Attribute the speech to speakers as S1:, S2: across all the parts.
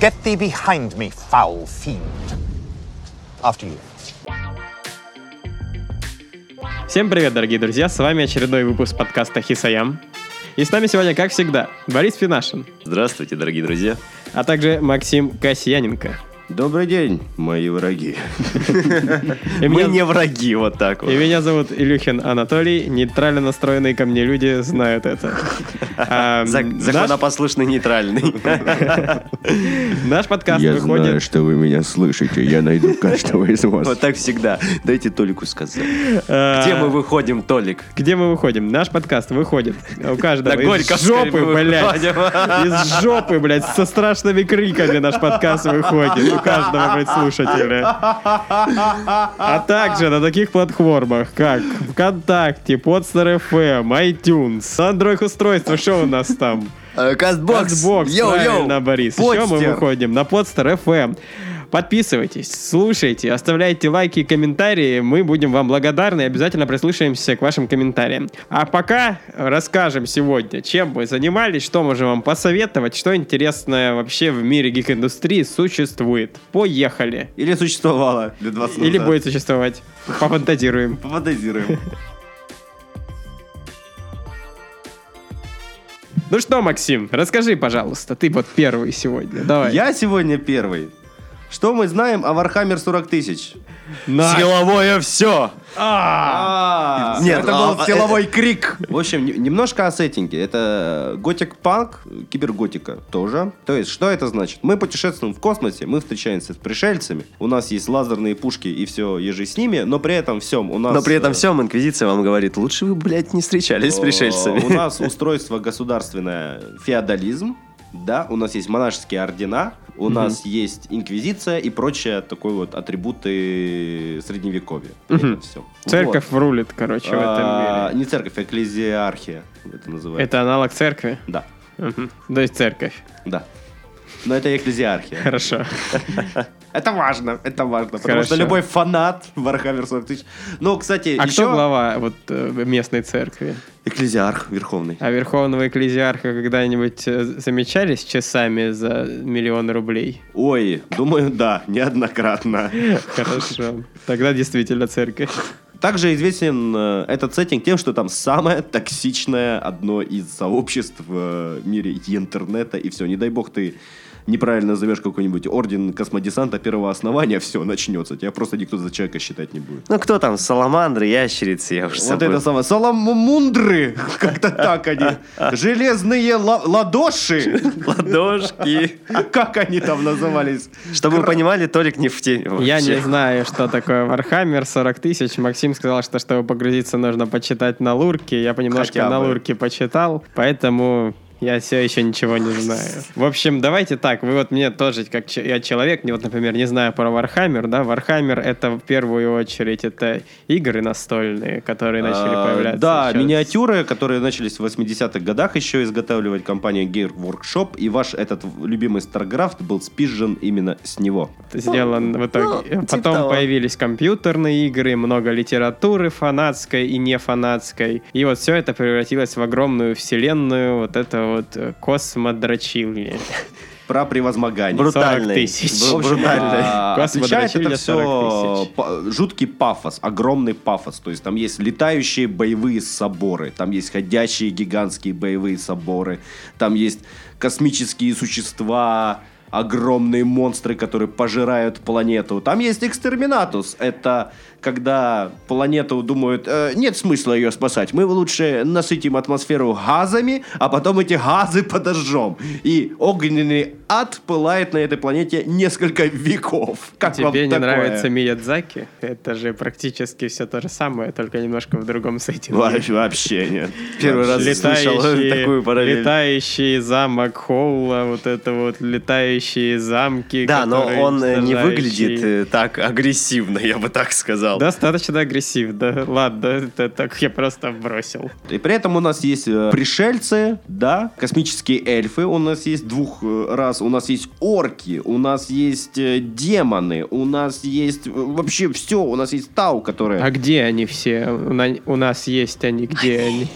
S1: Get thee behind me, foul fiend. After you.
S2: Всем привет, дорогие друзья, с вами очередной выпуск подкаста Хисаям. И с нами сегодня, как всегда, Борис Финашин,
S3: Здравствуйте, дорогие друзья.
S2: а также Максим Касьяненко.
S3: Добрый день, мои враги.
S2: И
S3: Мы
S2: меня,
S3: не враги, вот так вот.
S2: и меня зовут Илюхин Анатолий, нейтрально настроенные ко мне люди знают это. А,
S3: Зак-
S2: наш,
S3: Законопослушный нейтральный.
S2: наш подкаст
S4: Я
S2: выходит...
S4: знаю, что вы меня слышите. Я найду каждого из вас.
S3: Вот так всегда. Дайте Толику сказать.
S2: а,
S3: Где мы выходим, Толик?
S2: Где мы выходим? Наш подкаст выходит у каждого
S3: Да
S2: из
S3: горько
S2: жопы,
S3: скорее мы
S2: блядь.
S3: выходим.
S2: Из жопы, блядь, со страшными криками наш подкаст выходит у каждого, блядь, слушателя. А также на таких платформах, как ВКонтакте, Podster FM, iTunes, Android-устройство, что у нас там?
S3: Э, Кастбокс.
S2: Xbox, правильно, Борис. Еще мы выходим на подстер FM. Подписывайтесь, слушайте, оставляйте лайки и комментарии. Мы будем вам благодарны и обязательно прислушаемся к вашим комментариям. А пока расскажем сегодня, чем мы занимались, что можем вам посоветовать, что интересное вообще в мире гик-индустрии существует. Поехали!
S3: Или существовало лет 20
S2: Или
S3: назад.
S2: будет существовать. Пофантазируем.
S3: Пофантазируем.
S2: Ну что, Максим, расскажи, пожалуйста, ты вот первый сегодня. Давай.
S3: Я сегодня первый. Что мы знаем о Вархаммер 40 тысяч?
S2: На.
S3: Силовое все!
S2: А!
S3: Нет,
S1: это
S3: а,
S1: был
S3: а,
S1: силовой
S3: это- В общем, не- немножко о сеттинге. Это готик-панк, киберготика тоже. То есть, что это значит? Мы путешествуем в космосе, мы встречаемся с пришельцами, у нас есть лазерные пушки и все ежи с ними, но при этом всем у нас...
S5: Но при этом
S3: э,
S5: всем инквизиция вам говорит, лучше вы, блядь, не встречались
S3: Э,
S5: с
S3: У
S5: пришельцами.
S3: нас устройство государственное феодализм, да, у нас есть монашеские ордена, у нас есть инквизиция и прочие такой вот атрибуты средневековья. При этом
S2: Мгм.
S3: всем.
S2: Церковь
S3: Вот.
S2: рулит, короче, в этом
S3: А,
S2: мире.
S3: Не церковь, а экклезиархия это называется.
S2: Это аналог церкви?
S3: Да,
S2: Мгм. То есть церковь.
S3: да. Но это экклезиархия.
S2: Хорошо.
S3: Это важно, это важно. Потому
S2: Хорошо.
S3: что любой фанат Вархаммер 40 тысяч... Ну, кстати,
S2: А кто
S3: еще...
S2: глава вот э, местной церкви?
S3: Экклезиарх верховный.
S2: А верховного экклезиарха когда-нибудь э, замечались часами за миллион рублей?
S3: Ой, думаю, да, неоднократно.
S2: Хорошо. Тогда действительно церковь.
S3: Также известен э, этот сеттинг тем, что там самое токсичное одно из сообществ э, в мире интернета, и все, не дай бог ты неправильно назовешь какой-нибудь орден космодесанта первого основания, все, начнется. Тебя просто никто за человека считать не будет.
S5: Ну кто там, саламандры, ящерицы, я уже
S3: Вот
S4: а
S5: забыл.
S3: это самое. Саламундры! Как-то так они. Железные ла- ладоши!
S5: Ладошки.
S3: А как они там назывались?
S5: Чтобы вы понимали, Толик не в теме
S2: Я не
S5: вообще.
S2: знаю, что такое Вархаммер 40 тысяч. Максим сказал, что чтобы погрузиться, нужно почитать на лурке. Я понемножку
S3: Хотя
S2: на
S3: бы.
S2: лурке почитал, поэтому я все еще ничего не знаю. В общем, давайте так. Вы вот мне тоже, как че- я человек, не вот, например, не знаю про Вархаммер, да? Вархаммер это в первую очередь это игры настольные, которые начали
S3: А,
S2: появляться.
S3: Да,
S2: еще
S3: миниатюры, которые начались в 80-х годах еще изготавливать компания Gear Workshop, и ваш этот любимый StarCraft был спизжен именно с него.
S2: сделан в итоге.
S5: ну, типа
S2: Потом
S5: того.
S2: появились компьютерные игры, много литературы фанатской и не фанатской. И вот все это превратилось в огромную вселенную вот это вот э, космодрочильни.
S3: Про превозмогание.
S5: Бру-
S2: 40
S5: Брутальный.
S2: тысяч.
S5: Бру-
S3: А,
S2: Космодрочильня
S3: Отличает это
S2: 40
S3: все
S2: тысяч.
S3: жуткий пафос, огромный пафос. То есть там есть летающие боевые соборы, там есть ходящие гигантские боевые соборы, там есть космические существа, огромные монстры, которые пожирают планету. Там есть экстерминатус. Это когда планету думают, «Э, нет смысла ее спасать, мы лучше насытим атмосферу газами, а потом эти газы подожжем. И огненный ад пылает на этой планете несколько веков. Как вам
S2: Тебе не
S3: такое?
S2: нравится Миядзаки? Это же практически все то же самое, только немножко в другом сеттинге.
S3: Во- Вообще нет.
S5: Первый раз слышал такую параллель.
S2: летающий замок Холла, вот это вот летающие замки.
S5: Да, но
S2: которые
S5: он э, не
S2: уничтожающие.
S5: выглядит э, так агрессивно, я бы так сказал.
S2: Достаточно агрессив, да. Ладно, это так я просто бросил.
S3: И при этом у нас есть э, пришельцы, да, космические эльфы, у нас есть двух э, раз, у нас есть орки, у нас есть э, демоны, у нас есть э, вообще все, у нас есть тау, которые...
S2: А где они все? У, на- у нас есть они, где они?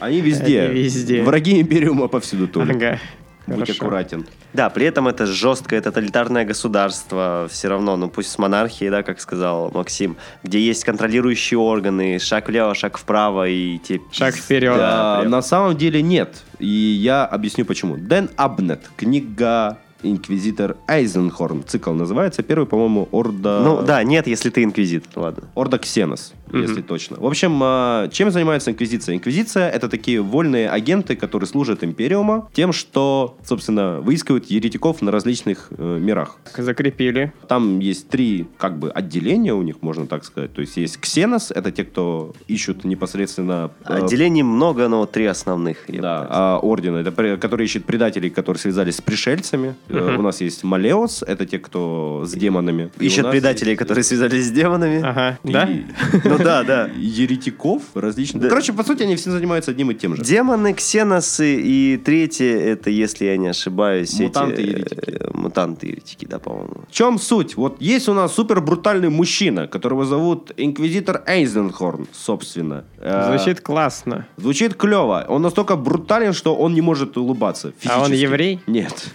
S3: Они везде.
S2: А Они везде.
S3: Враги Империума повсюду тоже.
S2: Ага.
S3: Будь
S2: Хорошо.
S3: аккуратен.
S4: Да, при этом это жесткое тоталитарное государство, все равно, ну пусть с монархией, да, как сказал Максим, где есть контролирующие органы, шаг влево, шаг вправо и те...
S2: Шаг вперед.
S3: Да,
S4: прям.
S3: на самом деле нет. И я объясню почему. Дэн Абнет, книга «Инквизитор Айзенхорн». Цикл называется. Первый, по-моему, Орда...
S4: Ну да, нет, если ты инквизит, ладно.
S3: Орда Ксенос, если точно. В общем, а, чем занимается Инквизиция? Инквизиция — это такие вольные агенты, которые служат Империума тем, что, собственно, выискивают еретиков на различных э, мирах.
S2: Закрепили.
S3: Там есть три, как бы, отделения у них, можно так сказать. То есть есть Ксенос — это те, кто ищут непосредственно... э,
S4: Отделений много, но вот три основных. я бы
S3: Да,
S4: так сказал.
S3: а, ордена, это, при- которые ищут предателей, которые связались с пришельцами. Э, У нас есть Малеос, это те, кто с демонами. И у
S4: Ищут
S3: нас
S4: предателей,
S3: есть,
S4: которые связались с демонами.
S2: Ага, да?
S3: И-
S4: Ну да, да.
S3: еретиков различных.
S4: Да.
S3: Короче, по сути, они все занимаются одним и тем же.
S4: Демоны, ксеносы и третье, это, если я не ошибаюсь, эти,
S3: Мутанты-еретики.
S4: э, Мутанты-еретики, да, по-моему.
S3: В чем суть? Вот есть у нас супер брутальный мужчина, которого зовут Инквизитор Эйзенхорн, собственно. Э,
S2: Звучит классно.
S3: Звучит клево. Он настолько брутален, что он не может улыбаться.
S2: А он
S3: физически.
S2: еврей?
S3: Нет.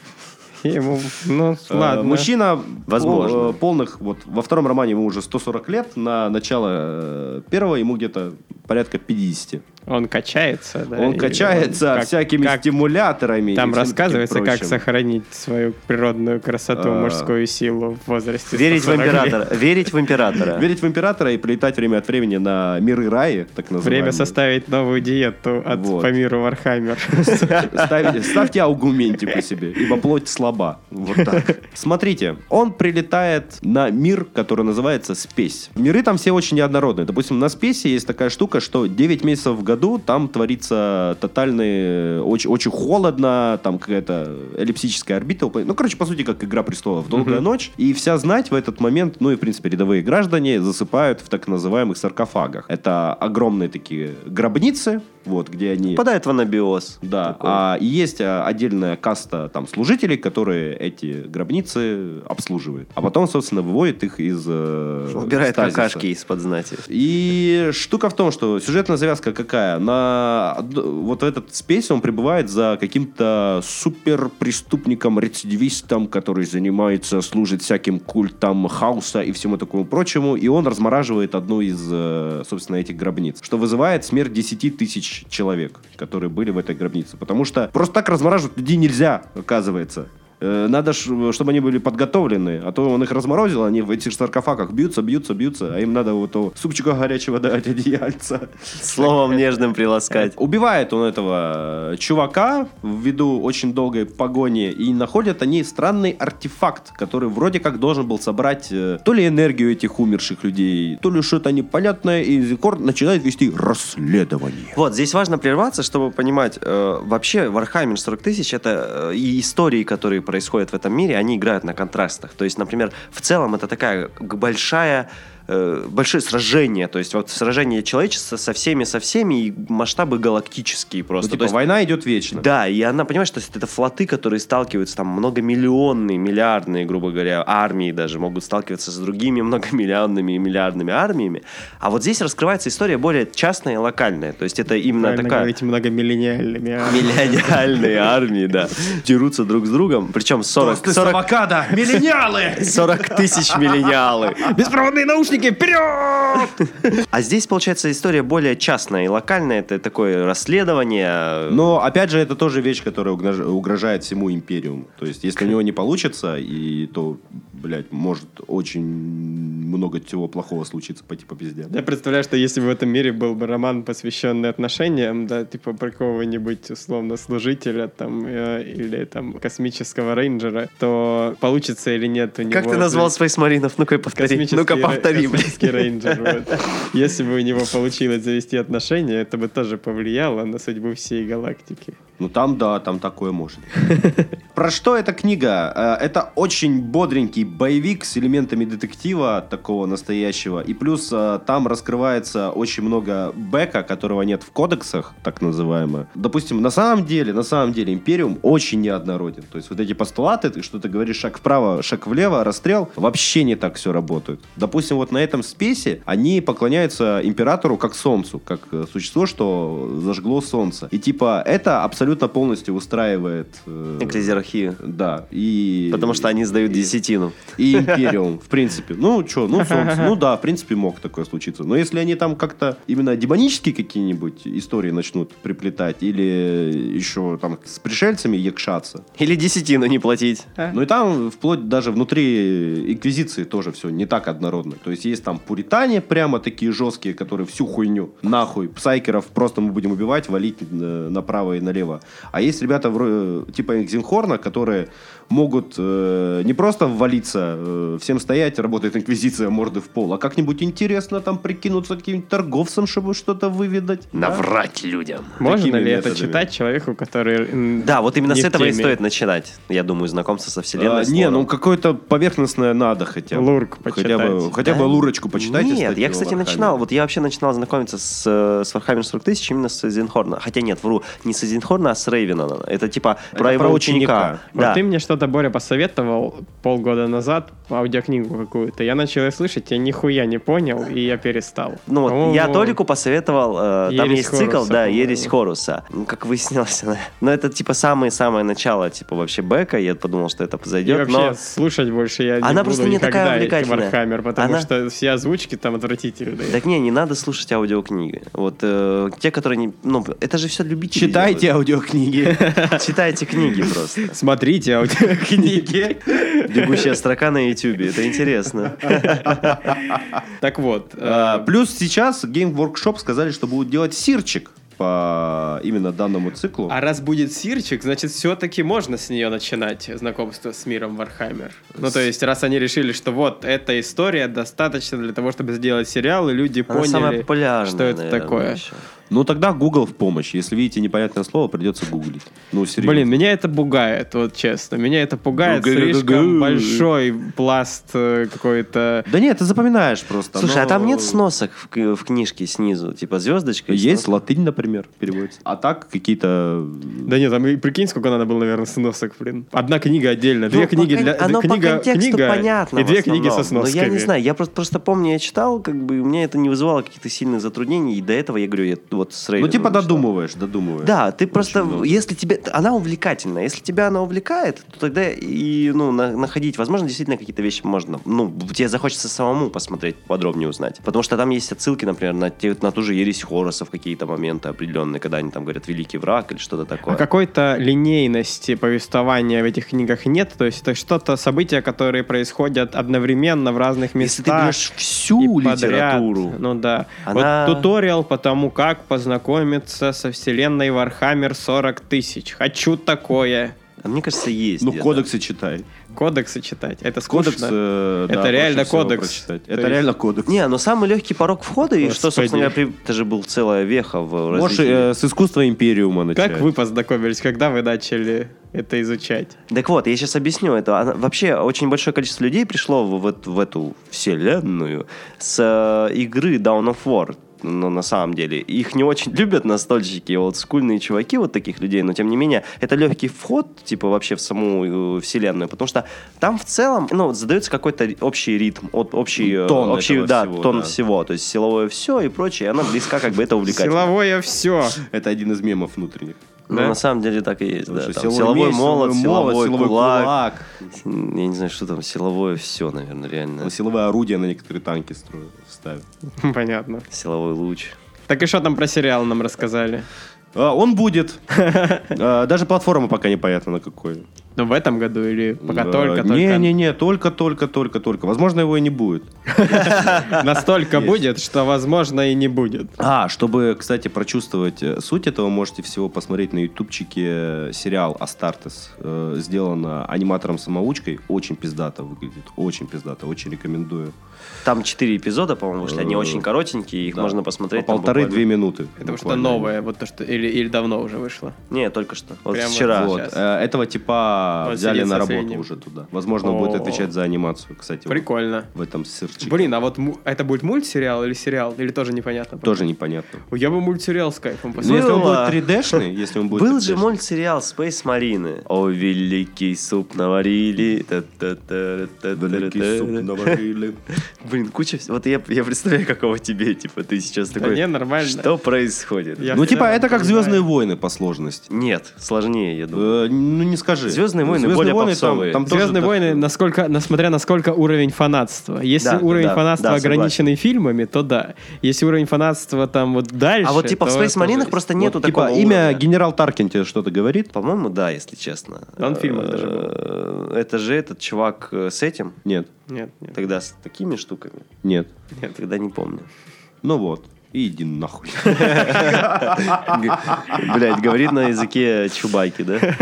S2: Ему, ну,
S3: Э,
S2: ладно.
S3: Мужчина
S4: Возможно.
S3: пол- э, полных, вот во втором романе ему уже 140 лет, на начало э, первого ему где-то порядка 50.
S2: Он качается, да?
S3: он
S2: и
S3: качается
S2: он как-
S3: всякими
S2: как-
S3: стимуляторами. и
S2: Там
S3: всем
S2: рассказывается,
S3: таким
S2: как
S3: прочим.
S2: сохранить свою природную красоту,
S3: А.
S2: мужскую силу в возрасте.
S4: Верить в
S2: 140 лет.
S4: императора. Верить в императора.
S3: Верить в императора и прилетать время от времени на миры раи, так называемые.
S2: Время составить новую диету от
S3: Вот.
S2: по миру Вархаммер.
S3: Ставь- ставьте аугументику себе, ибо плоть слаба. Вот так. Смотрите, он прилетает на мир, который называется Спесь. Миры там все очень неоднородные. Допустим, на Спесе есть такая штука, что 9 месяцев в году там творится тотальный... Очень, очень холодно, там какая-то эллипсическая орбита. упа- Ну, короче, по сути, как «Игра престолов». Долгая ночь. И вся знать в этот момент, ну и, в принципе, рядовые граждане засыпают в так называемых саркофагах. Это огромные такие гробницы, вот, где они...
S4: Попадает в анабиоз.
S3: Да,
S4: Такой.
S3: а, и есть а, отдельная каста там служителей, которые эти гробницы обслуживают. А потом, собственно, выводит их из э,
S4: Убирает
S3: стазиса.
S4: какашки из-под знати.
S3: И штука в том, что сюжетная завязка какая? На од- вот этот спейс он прибывает за каким-то супер преступником, рецидивистом, который занимается, служит всяким культам хаоса и всему такому прочему, и он размораживает одну из, э, собственно, этих гробниц, что вызывает смерть 10 тысяч человек, которые были в этой гробнице, потому что просто так размораживать людей нельзя, оказывается. Э, Надо, ш- чтобы они были подготовлены, а то он их разморозил, они в этих саркофагах бьются, бьются, бьются, а им надо вот этого супчика горячего дать одеяльца.
S4: Словом нежным приласкать.
S3: Убивает он этого э, чувака ввиду очень долгой погони, и находят они странный артефакт, который вроде как должен был собрать э, то ли энергию этих умерших людей, то ли что-то непонятное, и Зикор начинает вести расследование.
S4: Вот, здесь важно прерваться, чтобы понимать, э, вообще Warhammer 40 тысяч, это э, и истории, которые происходят в этом мире, они играют на контрастах. То есть, например, в целом это такая г- большая э, большое сражение, то есть вот сражение человечества со всеми, со всеми, и масштабы галактические
S3: Ну,
S4: просто.
S3: типа,
S4: То есть-
S3: война идет вечно.
S4: Да, и она, понимаешь, то есть это флоты, которые сталкиваются, там многомиллионные, миллиардные, грубо говоря, армии даже могут сталкиваться с другими многомиллионными и миллиардными армиями. А вот здесь раскрывается история более частная и локальная. То есть это именно
S2: Правильно
S4: такая...
S2: говорить многомиллениальными. а.
S4: Миллениальные армии, да. Дерутся друг с другом. Причем 40, 40,
S3: авокадо, миллениалы!
S4: 40 тысяч миллениалы.
S2: Беспроводные наушники, вперед!
S4: А здесь, получается, история более частная и локальная. Это такое расследование.
S3: Но опять же, это тоже вещь, которая угрож- угрожает всему империуму. То есть, если у него не получится, и то, блядь, может очень много чего плохого случиться по типу пизде.
S2: Я представляю, что если бы в этом мире был бы роман, посвященный отношениям, да, типа про какого-нибудь условно служителя там э, или там космического рейнджера, то получится или нет у него...
S4: Как ты назвал Space Маринов? Ну-ка, повтори.
S2: Космический
S4: Ну-ка,
S2: рей-
S4: повтори, блядь.
S2: космический рейнджер. вот. Если бы у него получилось завести отношения, это бы тоже повлияло на судьбу всей галактики.
S3: Ну там да, там такое может. Про что эта книга? Э, Это очень бодренький, боевик с элементами детектива такого настоящего. И плюс э, там раскрывается очень много бэка, которого нет в кодексах, так называемое. Допустим, на самом деле, на самом деле, Империум очень неоднороден. То есть вот эти постулаты, ты что-то говоришь шаг вправо, шаг влево, расстрел, вообще не так все работает. Допустим, вот на этом спесе они поклоняются Императору как Солнцу, как э, существо, что зажгло Солнце. И типа это абсолютно полностью устраивает... э,
S5: Экклезиархию.
S3: Да. И...
S5: Потому что они сдают
S3: и-
S5: десятину.
S3: и Империум, в принципе. Ну, что, ну, Солнце. Ну, да, в принципе, мог такое случиться. Но если они там как-то именно демонические какие-нибудь истории начнут приплетать или еще там с пришельцами якшаться,
S5: Или десятину не платить.
S3: ну и там вплоть даже внутри Инквизиции тоже все не так однородно. То есть есть там пуритане прямо такие жесткие, которые всю хуйню нахуй. Псайкеров просто мы будем убивать, валить э, направо и налево. А есть ребята вро- типа Экзинхорна, которые могут э, не просто ввалиться, э, всем стоять, работает Инквизиция, морды в пол, а как-нибудь интересно там прикинуться каким-нибудь торговцем, чтобы что-то выведать. да?
S5: Наврать людям.
S2: Можно ли это
S3: методами.
S2: читать человеку, который... м,
S5: Да, вот именно
S2: не
S5: с
S2: в
S5: этого и
S2: теме?
S5: стоит начинать. Я думаю, знакомство со вселенной.
S3: А,
S5: с
S3: не,
S5: лором.
S3: ну какое-то поверхностное надо хотя бы.
S2: Лурк
S3: хотя бы,
S2: почитать.
S3: хотя
S5: Да
S3: бы лурочку почитайте.
S5: Нет,
S3: кстати,
S5: я, кстати,
S3: Вархаммер.
S5: начинал, вот я вообще начинал знакомиться с, э, с Warhammer 40 тысяч именно с Эйзенхорна. Хотя нет, вру, не с Эйзенхорна, а с Рейвена. Это типа про
S3: про
S5: его ученика.
S3: ученика.
S2: Вот
S5: Да.
S2: ты мне что-то, Боря, посоветовал полгода назад, аудиокнигу какую-то. Я начал ее слышать, я нихуя не понял, и я перестал.
S5: Ну вот,
S2: По-моему,
S5: я Толику посоветовал, э, там
S2: «Ересь
S5: есть цикл,
S2: Хоруса»,
S5: да,
S2: по-моему.
S5: «Ересь Хоруса». Ну, как выяснилось, она- но это типа самое-самое начало, типа вообще Бека, я подумал, что это
S2: И
S5: подойдет,
S2: вообще
S5: но...
S2: слушать больше я не буду
S5: Она просто не
S2: никогда,
S5: такая
S2: эти
S5: увлекательная.
S2: Вархаммер, потому
S5: Она-
S2: что все озвучки там отвратительные.
S5: Так не, не надо слушать аудиокниги. Вот э, те, которые не... Ну, это же все любители.
S3: Читайте аудиокниги.
S5: делают. Читайте книги просто.
S2: Смотрите аудиокниги.
S5: Бегущая строка на Ютубе, это интересно.
S2: Так вот,
S3: А,
S2: э,
S3: Плюс сейчас Game Workshop сказали, что будут делать сирчик по именно данному циклу.
S2: а раз будет сирчик, значит, все-таки можно с нее начинать знакомство с миром Вархаммер. Ну, то есть, раз они решили, что вот эта история достаточно для того, чтобы сделать сериал, и люди
S5: Она самая
S2: поняли,
S5: популярная,
S2: что это
S5: наверное,
S2: такое.
S5: еще.
S3: Ну тогда Google в помощь. Если видите непонятное слово, придется гуглить. Ну, серьезно.
S2: Блин, меня это пугает, вот честно. Меня это пугает
S3: Гу-гу-гу-гу.
S2: слишком большой пласт э, какой-то...
S3: Да нет, ты запоминаешь просто.
S5: Слушай,
S3: оно-
S5: а там нет сносок в, к- в книжке снизу, типа звездочка? и
S3: Ну, Есть
S5: сносок?
S3: латынь, например, переводится. А так какие-то... ну,
S2: Да нет, там и прикинь, сколько надо было, наверное, сносок, блин. Одна книга отдельно, две
S5: Ну, по
S2: книги
S5: кон-
S2: для...
S5: Оно
S2: книга,
S5: по контексту
S2: книга
S5: понятно.
S2: И
S5: в
S2: две книги со
S5: основном.
S2: сносками.
S5: Но я не знаю, я просто, просто помню, я читал, как бы, у меня это не вызывало каких-то сильных затруднений, и до этого я говорю, я вот с
S3: Ну
S5: Рейвеном
S3: типа
S5: читал.
S3: додумываешь, додумываешь. Ну,
S5: Да, ты просто,
S3: много.
S5: если тебе, она увлекательна, если тебя она увлекает, то тогда и, ну, на- находить, возможно, действительно какие-то вещи можно, ну, тебе захочется самому посмотреть, подробнее узнать, потому что там есть отсылки, например, на, те, на ту же ересь Хоросов какие-то моменты определенные, когда они там говорят «Великий враг» или что-то такое.
S2: А какой-то линейности повествования в этих книгах нет, то есть это что-то события, которые происходят одновременно в разных
S5: если ты
S2: местах.
S5: берешь всю
S2: и подряд.
S5: литературу,
S2: Ну да.
S5: Она-
S2: Вот туториал по тому, как познакомиться со вселенной Warhammer 40 тысяч. Хочу такое.
S5: а мне кажется, есть
S3: Ну,
S5: где-то.
S3: кодексы читай.
S2: Кодексы читать. Это скучно.
S3: Кодекс... э, да,
S2: Это реально
S3: проще всего
S2: кодекс.
S3: прочитать.
S2: То
S3: Это
S2: есть-
S3: реально кодекс.
S5: Не, но самый легкий порог входа, и что,
S2: Господи.
S5: собственно говоря, при- это же был целая веха в
S3: Можешь
S5: развитии.
S3: э, с искусства Империума начать.
S2: Как вы познакомились, когда вы начали это изучать?
S5: Так вот, я сейчас объясню это. Она- Вообще, очень большое количество людей пришло в, в эт- в эту вселенную с э, игры Down of War. Но на самом деле их не очень любят настольщики, олдскульные чуваки вот таких людей, но тем не менее это легкий вход, типа вообще в саму э, вселенную, потому что там в целом, ну, вот задается какой-то ри- общий ритм, от, общий, э,
S3: Тон
S5: общий,
S3: этого
S5: да,
S3: всего,
S5: тон
S3: да.
S5: всего, то есть силовое все и прочее, и она близка как бы это увлекательно.
S2: Силовое все.
S3: Это один из мемов внутренних.
S5: Ну,
S2: Да?
S5: на самом деле так и есть,
S3: Потому
S5: да.
S3: что
S5: Там силовой
S3: меч,
S5: молот, силовой, кулак.
S3: кулак.
S5: Я не знаю, что там, силовое все, наверное, реально.
S3: Ну, Силовые орудия на некоторые танки строят, ставят.
S2: Понятно.
S5: Силовой луч.
S2: Так и что там про сериал нам рассказали?
S3: А, он будет. А, Даже платформа пока непонятно на какой. А,
S2: Ну, в этом году или пока
S3: Да.
S2: только-только?
S3: Не-не-не, только-только-только-только. Возможно, его и не будет.
S2: Настолько будет, что, возможно, и не будет.
S3: А, чтобы, кстати, прочувствовать э, суть этого, можете всего посмотреть на ютубчике э, сериал «Астартес». Э, Сделано аниматором-самоучкой. Очень пиздато выглядит. Очень пиздато. Очень рекомендую.
S5: Там четыре эпизода, по-моему, вышли. Они очень коротенькие, их
S3: Да.
S5: можно посмотреть.
S3: По
S5: там
S3: полторы-две
S5: буквально.
S3: минуты.
S2: Потому что
S5: Ну,
S3: буквально.
S2: новое, вот то, что, или или, или давно уже вышло?
S5: Не, только что. Вот
S2: Прямо
S5: вчера.
S3: Вот.
S2: Сейчас.
S3: э, Этого типа
S2: Он
S3: взяли
S2: сидит
S3: на
S2: со
S3: работу
S2: средним.
S3: уже туда. Возможно, он будет
S2: О.
S3: отвечать за анимацию, кстати. вот
S2: Прикольно.
S3: В этом серчике.
S2: Блин, а вот му- это будет мультсериал или сериал? Или тоже непонятно? пока?
S3: Тоже непонятно.
S2: Я бы мультсериал с кайфом
S3: Ну,
S2: посмотрел.
S3: Если он
S5: Было.
S3: будет 3D-шный, если он будет
S5: Был же
S3: 3D-шный.
S5: мультсериал Space Marine. О, великий суп наварили. Та-та-та-та-та-та-та.
S3: Великий суп наварили.
S5: Блин, куча всего. Вот я, я представляю, какого тебе, типа, ты сейчас
S2: Да
S5: такой...
S2: не, нормально.
S5: Что происходит?
S2: Я
S3: Ну,
S2: в целом
S3: типа, это как
S2: понимаю.
S3: «Звездные войны» по сложности.
S5: Нет, сложнее, я думаю.
S3: Э, Ну, не скажи.
S5: «Звездные войны» более попсовые.
S3: там, там тоже
S2: Звездные
S3: так-
S2: войны, насколько, насмотря на сколько уровень фанатства. Если
S5: Да,
S2: уровень
S5: да,
S2: фанатства
S5: да, согласен.
S2: ограниченный фильмами, то да. Если уровень фанатства там вот дальше.
S5: А вот типа в
S2: то
S5: Space
S2: это уже
S5: Marine
S2: есть.
S5: просто нету
S3: Вот, типа,
S5: такого
S3: имя
S5: уровня.
S3: генерал Таркин тебе что-то говорит?
S5: По-моему, да, если честно.
S2: Да, он в фильмах даже был.
S5: Э, Это же этот чувак э, с этим.
S3: Нет,
S2: Нет, нет,
S5: Тогда с такими штуками.
S3: нет.
S2: нет.
S5: Тогда не помню.
S3: Ну вот. И иди нахуй.
S5: Блять, говорит на языке Чубайки, да?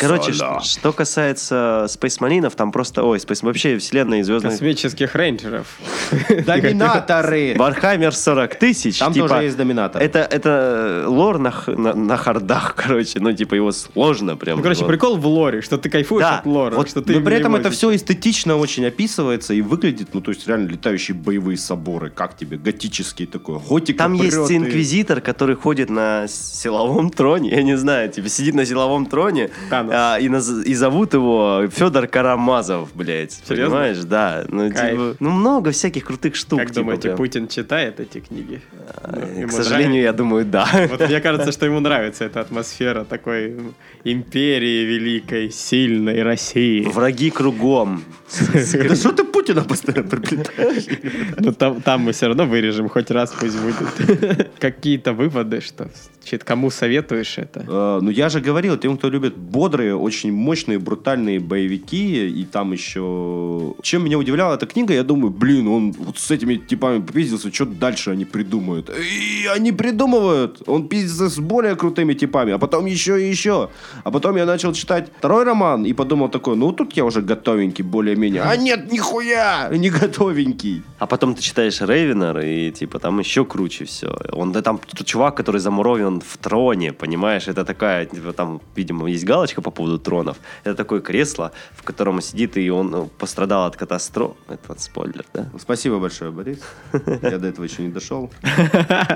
S5: Короче, ш- что касается Space Marine, там просто... Ой, Space... вообще вселенная и звездных...
S2: Космических рейнджеров.
S3: Доминаторы!
S5: Вархаммер 40 тысяч.
S3: Там
S5: типа,
S3: тоже есть доминатор.
S5: Это, это лор на, х- на, на хардах, короче. Ну, типа, его сложно прям.
S2: Ну, короче,
S5: Вот.
S2: прикол в лоре, что ты кайфуешь
S5: Да,
S2: от лора,
S5: вот,
S2: что ты
S3: Но при этом
S2: мимо
S3: это
S2: этих-
S3: все эстетично очень описывается и выглядит, ну, то есть реально летающие боевые соборы, как тебе, готические такой, готика
S5: Там есть
S3: прёт и-
S5: инквизитор, который ходит на с- силовом троне, я не знаю, типа сидит на силовом троне,
S2: Танос.
S5: а, и, наз- и зовут его Федор Карамазов, блядь.
S2: Серьезно?
S5: Понимаешь, да. Ну,
S2: Кайф.
S5: типа, ну, много всяких крутых штук.
S2: Как
S5: типа,
S2: думаете,
S5: прям.
S2: Путин читает эти книги? Ну,
S5: Э,
S2: ему
S5: К сожалению, я думаю, да.
S2: Вот мне кажется, что ему нравится эта атмосфера такой м, империи великой, сильной России.
S5: Враги кругом.
S3: Да что ты Путина постоянно приплетаешь?
S2: Ну, там, там мы все равно вырежем, хоть раз пусть будет. Какие-то выводы, что чит, кому советуешь это?
S3: Э, Ну, я же говорил, тем, кто любит бодрые, очень мощные, брутальные боевики, и там еще... Чем меня удивляла эта книга, я думаю, блин, он вот с этими типами пиздился, что дальше они придумают? И они придумывают! Он пиздится с более крутыми типами, а потом еще и еще. А потом я начал читать второй роман и подумал такой, ну, тут я уже готовенький более-менее. А нет, нихуя! Не готовенький.
S5: А потом ты читаешь Рейвенер, и типа там еще круче все. Он да там т- чувак, который замурован в троне, понимаешь, это такая, типа, там, видимо, есть галочка по поводу тронов. Это такое кресло, в котором он сидит, и он ну, пострадал от катастроф. Это вот спойлер, да?
S3: Спасибо большое, Борис. Я до этого еще не дошел.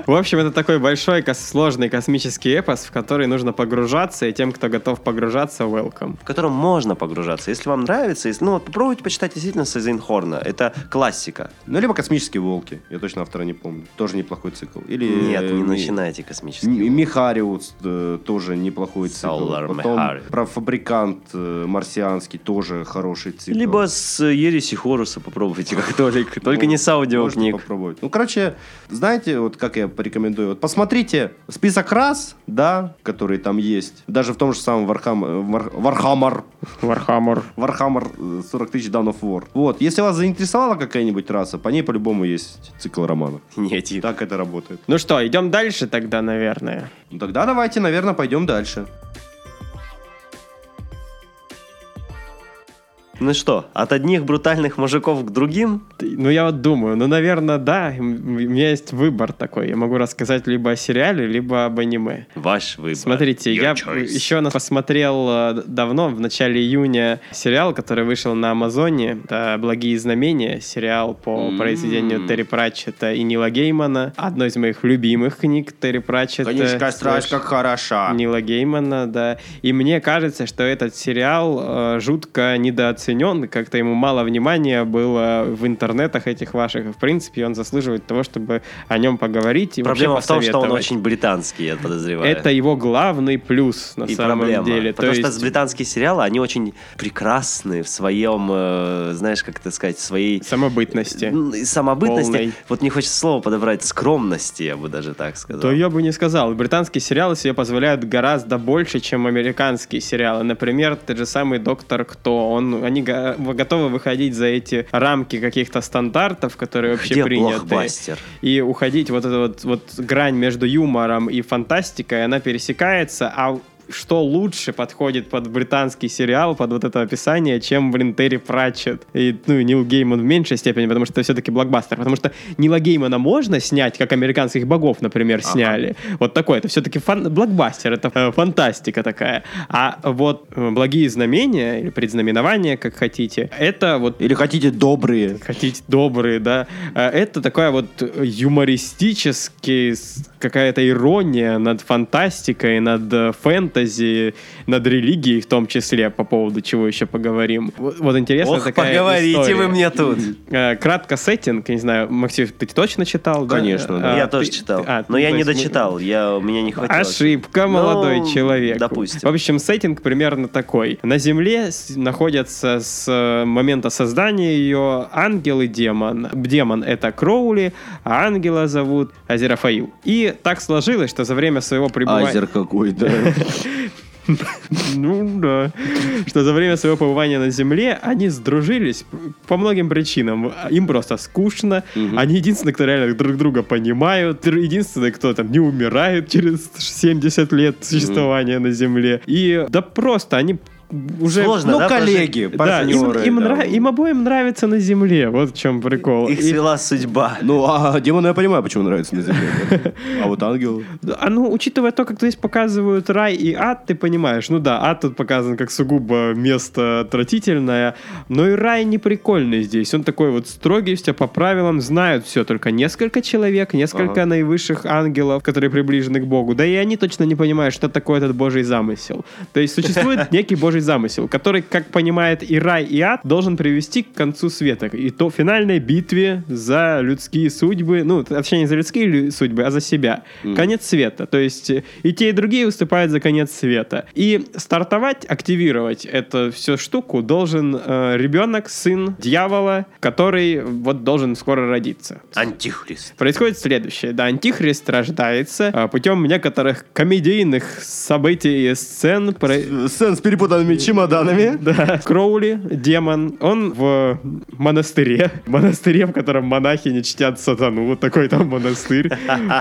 S2: В общем, это такой большой, кос- сложный космический эпос, в который нужно погружаться, и тем, кто готов погружаться, welcome.
S5: В котором можно погружаться. Если вам нравится, если, ну вот попробуйте почитать действительно Сейзенхорна. Это классика.
S3: Ну, либо «Космические волки». Я точно автора не помню. Тоже неплохой цикл. Или...
S5: Нет, не
S3: э,
S5: начинайте космический.
S3: М- Михариус э, тоже неплохой цикл.
S5: Solar
S3: Потом
S5: Михариус.
S3: про фабрикант э, марсианский тоже хороший цикл.
S5: Либо с Ереси Хоруса попробуйте как только. Только не с
S3: ну, Можно
S5: аудиокниг.
S3: попробовать. Ну, короче, знаете, вот как я порекомендую, вот посмотрите список рас, да, которые там есть. Даже в том же самом Вархам, э, Вар- Вархаммер
S2: Вархаммер.
S3: Warhammer э, 40 тысяч Dawn of War. Вот, если вас заинтересовала какая-нибудь раса, по ней по-любому есть цикл романов.
S5: Нет,
S3: И так это работает.
S2: Ну что, идем дальше тогда, наверное.
S3: Ну, тогда давайте, наверное, пойдем дальше.
S5: Ну что, от одних брутальных мужиков к другим?
S2: Ты- Ну, я вот думаю, ну, наверное, да, м- у меня есть выбор такой. Я могу рассказать либо о сериале, либо об аниме.
S5: Ваш выбор.
S2: Смотрите,
S5: Your
S2: я
S5: choice.
S2: еще на- посмотрел э, давно, в начале июня, сериал, который вышел на Амазоне. Это «Благие знамения», сериал по
S3: М.
S2: произведению Терри Пратчета и Нила Геймана. Одно из моих любимых книг Терри Пратчета.
S3: Конечка
S2: Слэш
S3: страшка хороша.
S2: Нила Геймана, да. И мне кажется, что этот сериал э, жутко недооценен, как-то ему мало внимания было в интернетах этих ваших. И, в принципе, он заслуживает того, чтобы о нем поговорить и вообще
S5: Проблема в том, что он
S2: посоветовать.
S5: очень британский, я подозреваю.
S2: Это его главный плюс на
S5: и
S2: самом
S5: проблема.
S2: деле.
S5: Потому
S2: То
S5: что
S2: есть
S5: британские сериалы, они очень прекрасны в своем, э, знаешь, как это сказать, в своей
S2: самобытности.
S5: м, и самобытности.
S2: Полной.
S5: Вот не хочется слово подобрать, скромности, я бы даже так сказал.
S2: То я бы не сказал. Британские сериалы себе позволяют гораздо больше, чем американские сериалы. Например, тот же самый «Доктор Кто». Он, они го- готовы выходить за эти рамки каких-то стандартов, которые вообще
S5: Где
S2: приняты.
S5: блокбастер?
S2: И уходить вот эта вот, вот грань между юмором и фантастикой, она пересекается, а что лучше подходит под британский сериал, под вот это описание, чем, блин, Терри Пратчет и, ну, и Нил Гейман в меньшей степени, потому что это все-таки блокбастер. Потому что Нила Геймана можно снять, как американских богов, например, сняли. Вот такой. Это все-таки фан- блокбастер, это э, фантастика такая. А вот э, благие знамения или предзнаменования, как хотите, это вот
S3: Или хотите добрые?
S2: хотите добрые, да. Э, Это такая вот юмористический с- какая-то ирония над фантастикой, над э, фэнтези, над религией в том числе, по поводу чего еще поговорим. Вот, вот интересно
S5: Ох,
S2: такая
S5: поговорите
S2: история.
S5: вы мне тут.
S2: Э, Кратко сеттинг, я не знаю, Максим, ты точно читал? да?
S3: Конечно, да.
S2: А,
S5: я
S2: ты-
S5: тоже
S2: ты-
S5: читал.
S2: а, ну,
S5: но я
S2: то
S5: не
S2: есть мы-
S5: дочитал. Я, у меня не хватило.
S2: Ошибка,
S5: Ну,
S2: молодой человек.
S5: допустим.
S2: В общем, сеттинг примерно такой. На Земле с- находятся с э, момента создания ее ангел и демон. Демон — это Кроули, а ангела зовут Азерафаил. И так сложилось, что за время своего пребывания...
S3: Азер какой, да.
S2: Ну да. Что за время своего пребывания на Земле они сдружились по многим причинам. Им просто скучно. Они единственные, кто реально друг друга понимают. Единственные, кто там не умирает через 70 лет существования на Земле. И да просто они уже...
S5: Сложно,
S3: Ну,
S5: да,
S3: коллеги,
S2: Да, им,
S3: партнеры.
S2: им
S3: да.
S2: нрав- им обоим нравится на Земле. Вот в чем прикол.
S5: Их
S2: И-
S5: свела судьба.
S3: Ну, а демона я понимаю, почему нравится на земле. да. А вот ангел...
S2: А ну, учитывая то, как здесь показывают рай и ад, ты понимаешь, ну да, ад тут показан как сугубо место отвратительное, но и рай не прикольный здесь. Он такой вот строгий, все по правилам, знают все, только несколько человек, несколько наивысших ангелов, которые приближены к Богу. Да и они точно не понимают, что такое этот божий замысел. То есть существует некий божий замысел, который, как понимает и рай, и ад, должен привести к концу света. И то финальной битве за людские судьбы, ну, точнее, не за людские лю- судьбы, а за себя. Конец света. То есть э, и те, и другие выступают за конец света. И стартовать, активировать эту всю штуку должен э, ребенок, сын дьявола, который вот должен скоро родиться.
S5: Антихрист.
S2: Происходит следующее. Да, Антихрист рождается а, путем некоторых комедийных событий и сцен. Про...
S3: Сен с перепутанными чемоданами.
S2: Э, Да. Кроули, демон, он в монастыре. Монастыре, в котором монахи не чтят сатану. Вот такой там монастырь.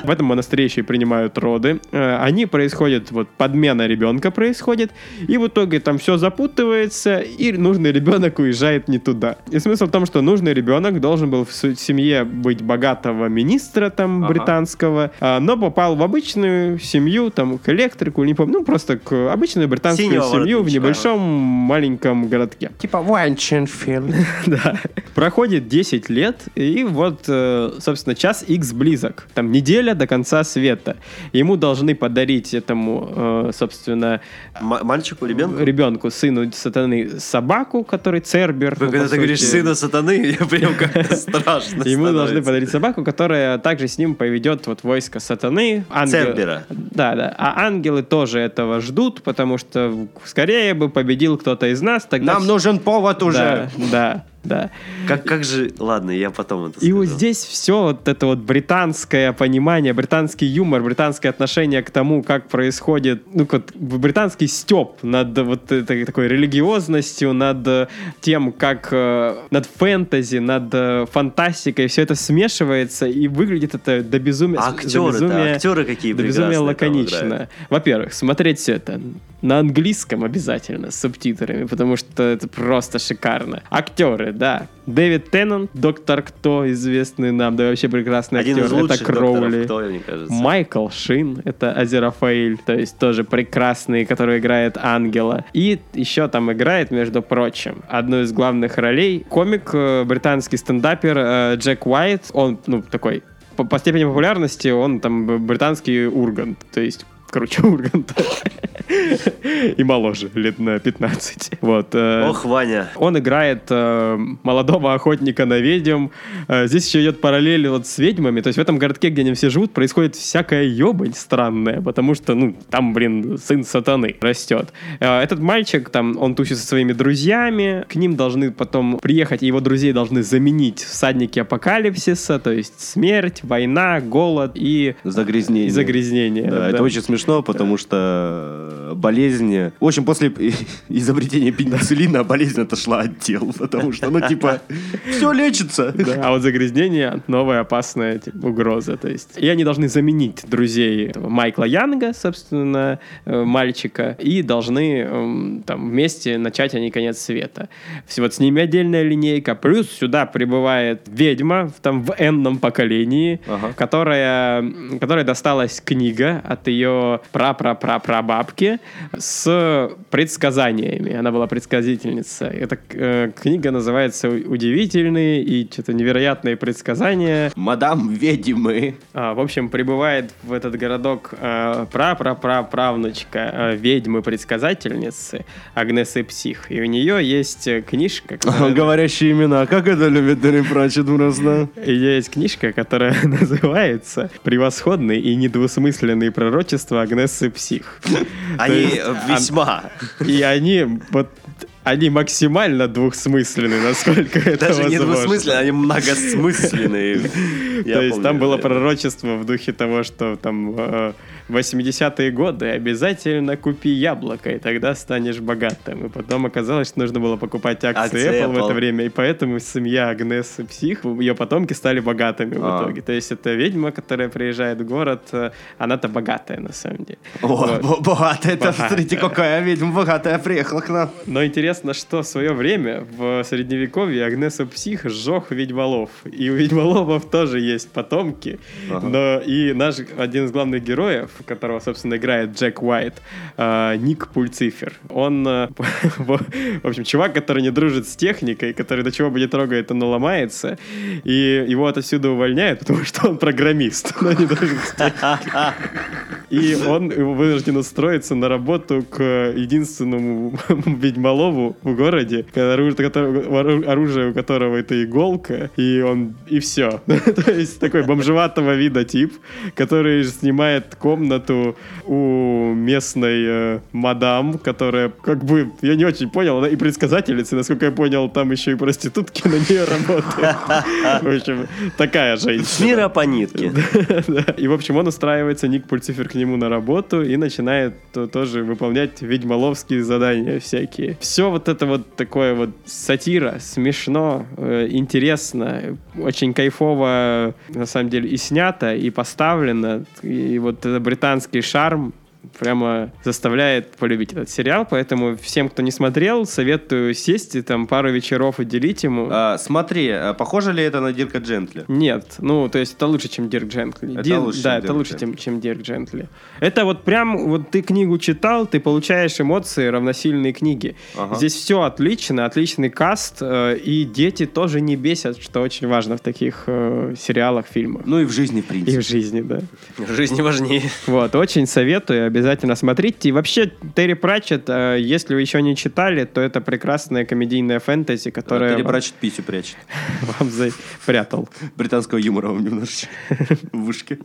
S2: В этом монастыре еще и принимают роды. Э, Они происходят, вот подмена ребенка происходит. И в итоге там все запутывается, и нужный ребенок уезжает не туда. И смысл в том, что нужный ребенок должен был в су- семье быть богатого министра там британского, а, но попал в обычную семью, там, к электрику, не помню, ну, просто к обычной британскую
S5: Синего
S2: семью в
S5: воротничка.
S2: небольшом небольшом маленьком городке.
S3: Типа Ванченфилд.
S2: Да. Проходит 10 лет, и вот, э, собственно, час X близок. Там неделя до конца света. Ему должны подарить этому, э, собственно,
S5: М- мальчику, ребенку?
S2: ребенку, сыну сатаны, собаку, который Цербер. ну,
S5: Вы,
S2: по
S5: когда ты
S2: сути.
S5: говоришь сына сатаны, я прям как-то страшно
S2: Ему должны
S5: становится.
S2: подарить собаку, которая также с ним поведет вот войско сатаны. Ангел-
S5: Цербера.
S2: Да, да. А ангелы тоже этого ждут, потому что скорее бы победил кто-то из нас. Тогда
S3: Нам
S2: вс-
S3: нужен повод
S2: Да,
S3: уже.
S2: да, да.
S5: Как, как же... Ладно, я потом
S2: И
S5: это скажу.
S2: вот здесь все вот это вот британское понимание, британский юмор, британское отношение к тому, как происходит, ну, как британский степ над вот этой такой религиозностью, над э, тем, как э, над фэнтези, над э, фантастикой, все это смешивается и выглядит это до безумия.
S5: А
S2: до
S5: актеры-то,
S2: безумия-
S5: актеры какие
S2: до безумия
S5: прекрасные там
S2: лаконично.
S5: играют.
S2: Во-первых, смотреть все это на английском обязательно с субтитрами, потому что это просто шикарно. Актеры, да. Дэвид Теннон, доктор Кто, известный нам, да и вообще прекрасный
S5: Один
S2: актер,
S5: из лучших
S2: это Кроули.
S5: докторов, кто, мне кажется.
S2: Майкл Шин, это Азерафаэль, то есть тоже прекрасный, который играет ангела. И еще там играет, между прочим, одну из главных ролей комик, э, британский стендапер э, Джек Уайт. Он, ну, такой, по, по степени популярности, он там б- британский ургант, то есть круче урганта. И моложе, лет на 15. Вот. э,
S5: Ох, Ваня.
S2: он играет э, молодого охотника на ведьм. Э, здесь еще идет параллель вот с ведьмами. То есть в этом городке, где они все живут, происходит всякая ебань странная, потому что, ну, там, блин, сын сатаны растет. Э, этот мальчик, там, он тусит со своими друзьями, к ним должны потом приехать, и его друзей должны заменить всадники апокалипсиса, то есть смерть, война, голод и
S3: Загрязнение.
S2: и загрязнение.
S3: Да, это очень смешно, потому что болезнь э, болезни. В общем, после и- изобретения пенициллина болезнь отошла от тел, потому что, ну, типа, все лечится.
S2: Да, а вот загрязнение — новая опасная типа, угроза. То есть, и они должны заменить друзей этого Майкла Янга, собственно, э, мальчика, и должны эм, там вместе начать они конец света. Все вот с ними отдельная линейка. Плюс сюда прибывает ведьма в- там в энном поколении, которая, м, которой досталась книга от ее пра-пра-пра-прабабки с предсказаниями. Она была предсказительница. Эта э, книга называется «Удивительные и что-то невероятные предсказания».
S3: Мадам ведьмы.
S2: А, в общем, прибывает в этот городок э, пра-пра-пра-правнучка э, ведьмы-предсказательницы Агнесы Псих. И у нее есть э, книжка, которая-
S3: Говорящие имена. Как это любит Дэнни Пратчетт у нас, да?
S2: И есть книжка, которая называется «Превосходные и недвусмысленные пророчества Агнессы Псих».
S5: Они
S2: То есть,
S5: э, весьма.
S2: И они вот они максимально двусмысленны, насколько это
S5: Даже не
S2: возможно.
S5: двусмысленные, они многосмысленные.
S2: То есть там было пророчество в духе того, что там э, 80-е годы обязательно купи яблоко, и тогда станешь богатым. И потом оказалось, что нужно было покупать акции
S5: Акции
S2: Apple, в это
S5: Apple.
S2: время, и поэтому семья Агнес и Псих, ее потомки стали богатыми
S3: А.
S2: в итоге. То есть это ведьма, которая приезжает в город, э, она-то богатая на самом деле.
S3: О,
S2: Вот.
S3: бо- богатая, это,
S2: Богатая.
S3: смотрите, какая ведьма богатая приехала к нам.
S2: Но интересно, что в свое время в средневековье Агнеса Псих сжег ведьмолов. И у ведьмоловов тоже есть потомки. Но и наш один из главных героев, которого, собственно, играет Джек Уайт, э, Ник Пульцифер. Он, э, в общем, чувак, который не дружит с техникой, который до чего бы не трогает, оно ломается. И его отовсюду увольняют, потому что он программист. Но не дружит с техникой. И он вынужден устроиться на работу к э, единственному ведьмолову в городе, к оружию, которого- ору- оружие у которого это иголка, и он и все. То есть такой бомжеватого вида тип, который снимает комнату у местной э, мадам, которая как бы, я не очень понял, она и предсказательница, насколько я понял, там еще и проститутки на нее работают. В общем, такая
S5: С
S2: женщина.
S5: мира по нитке.
S2: Да. И, в общем, он устраивается, Ник Пульцифер к нему на работу и начинает то- тоже выполнять ведьмоловские задания всякие. Все вот это вот такое вот сатира, смешно, э, интересно, очень кайфово, на самом деле, и снято, и поставлено, и вот это британский шарм прямо заставляет полюбить этот сериал, поэтому всем, кто не смотрел, советую сесть и там пару вечеров уделить ему.
S3: А, Смотри, а похоже ли это на Дирка Джентли?
S2: Нет, ну, то есть это лучше, чем Дирк Джентли.
S3: Это
S2: Дин-
S3: лучше, чем
S2: да, это
S3: Дирк
S2: лучше,
S3: Джентли.
S2: чем, чем Дирк Джентли. Это вот прям, вот ты книгу читал, ты получаешь эмоции, равносильные книге. Здесь все отлично, отличный каст, э, и дети тоже не бесят, что очень важно в таких э, сериалах, фильмах.
S3: Ну и в жизни, в принципе.
S2: И в жизни, да.
S5: Жизнь важнее.
S2: Вот, очень советую, обязательно смотрите. И вообще, Терри Пратчетт, э, если вы еще не читали, то это прекрасная комедийная фэнтези, которая
S3: Терри
S2: вам-
S3: Пратчетт писю прячет.
S2: вам запрятал.
S3: Британского юмора вам немножечко в вышке.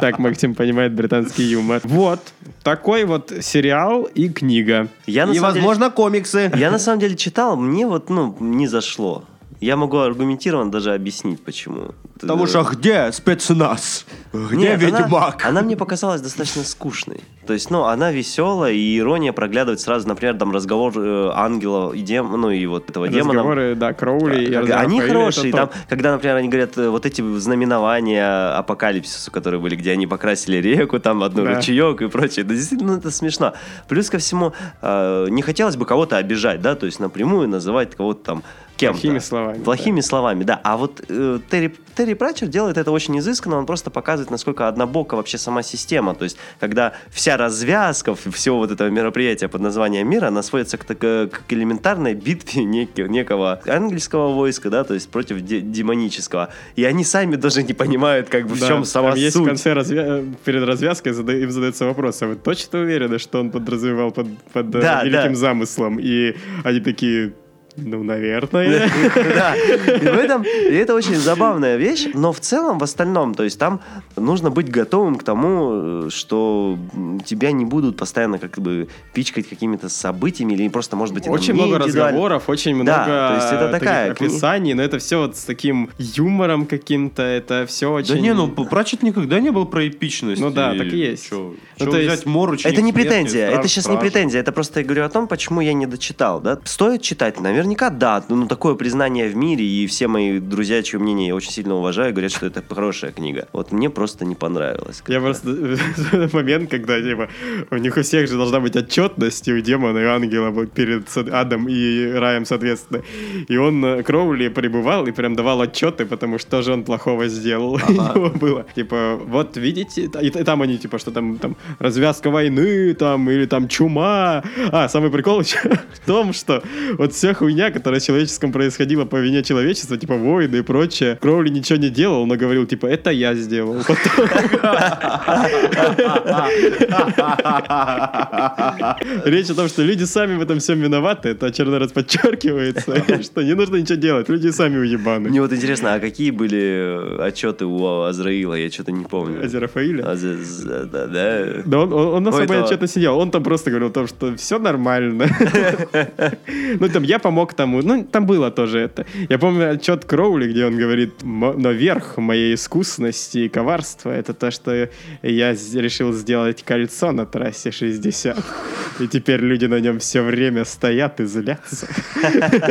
S2: Так Максим понимает британский юмор. Вот. Такой вот сериал и книга.
S5: Я на
S3: И,
S5: самом деле-
S3: возможно, комиксы.
S5: Я на самом деле читал, мне вот, ну, не зашло. Я могу аргументированно даже объяснить, почему.
S3: Потому что где спецназ? Где
S5: Нет, она-
S3: ведьмак?
S5: Она, мне показалась достаточно скучной. То есть, ну, она веселая, и ирония проглядывает сразу, например, там разговор э, ангела и демона, ну, и вот этого демона.
S2: Разговоры, да, Кроули и Роза
S5: Они
S2: Рафаэля,
S5: хорошие,
S2: это
S5: там,
S2: топ.
S5: когда, например, они говорят, э, вот эти знаменования апокалипсиса, которые были, где они покрасили реку, там одну
S2: Да.
S5: ручеек и прочее, да, действительно, ну, это смешно. Плюс ко всему, э, не хотелось бы кого-то обижать, да, то есть напрямую называть кого-то там кем-то.
S2: Плохими словами,
S5: Плохими словами, да. А вот э, Терри, Терри Пратчетт делает это очень изысканно, он просто показывает, насколько однобока вообще сама система, то есть когда вся развязка всего вот этого мероприятия под названием мира, она сводится к, так- э, к элементарной битве неки- некого ангельского войска, да, то есть против де- демонического. И они сами даже не понимают, как бы, в
S2: Да,
S5: чем сама
S2: там есть в
S5: суть.
S2: конце развя- перед развязкой зада- им задается вопрос, а вы точно уверены, что он подразумевал под, под, э,
S5: Да,
S2: великим
S5: да.
S2: замыслом? И они такие, Ну, наверное.
S5: Да. И в этом- и это очень забавная вещь, но в целом, в остальном, то есть там нужно быть готовым к тому, э, что м, тебя не будут постоянно как бы пичкать какими-то событиями или просто, может быть, это
S2: Очень
S5: мне
S2: много
S5: индивидуально.
S2: разговоров, очень много
S5: Да, то есть это
S2: таких
S5: такая кни-
S2: описаний, но это все вот с таким юмором каким-то, это все очень...
S3: Да не, ну Прачет никогда не был про эпичность.
S2: Ну да, так и есть.
S3: Чё,
S2: Ну,
S3: чё
S2: то
S3: взять
S2: есть-
S3: Морочник,
S5: Это не
S3: Петни,
S5: претензия,
S3: Страж,
S5: это сейчас не
S3: Страж.
S5: претензия, это просто я говорю о том, почему я не дочитал, да? Стоит читать, наверняка, да, ну такое признание в мире, и все мои друзья, чье мнение я очень сильно уважаю, говорят, что это хорошая книга. Вот мне просто не понравилось.
S2: Я просто в этот момент, когда типа, у них у всех же должна быть отчетность и у демона и ангела вот перед со- адом и раем, соответственно. И он э, Кроули пребывал и прям давал отчеты, потому что же он плохого сделал. У него было. Типа, вот видите, та- и, т- там они типа, что там, там развязка войны, там, или там чума. А, самый прикол еще в том, что вот вся хуйня, которая в человеческом происходила по вине человечества, типа войны и прочее, Кроули ничего не делал, но говорил, типа, это я сделал. Потом Речь о том, что люди сами в этом всем виноваты, это очередной раз подчеркивается, что не нужно ничего делать, люди сами уебаны.
S5: Мне вот интересно, а какие были э, отчеты у Азраила? Я что-то не помню.
S2: Азерафаиля.
S5: Аз- з- Да, да.
S2: Да он, он, он на
S5: А, Ой,
S2: самом деле
S5: да.
S2: отчетно сидел, он там просто говорил о том, что все нормально. Ну там я помог тому, ну там было тоже это. Я помню отчет Кроули, где он говорит, «М- но верх моей искусности и коварства это то, что я с- решил сделать кольцо на трассе 60. И теперь люди на нем все время стоят и злятся.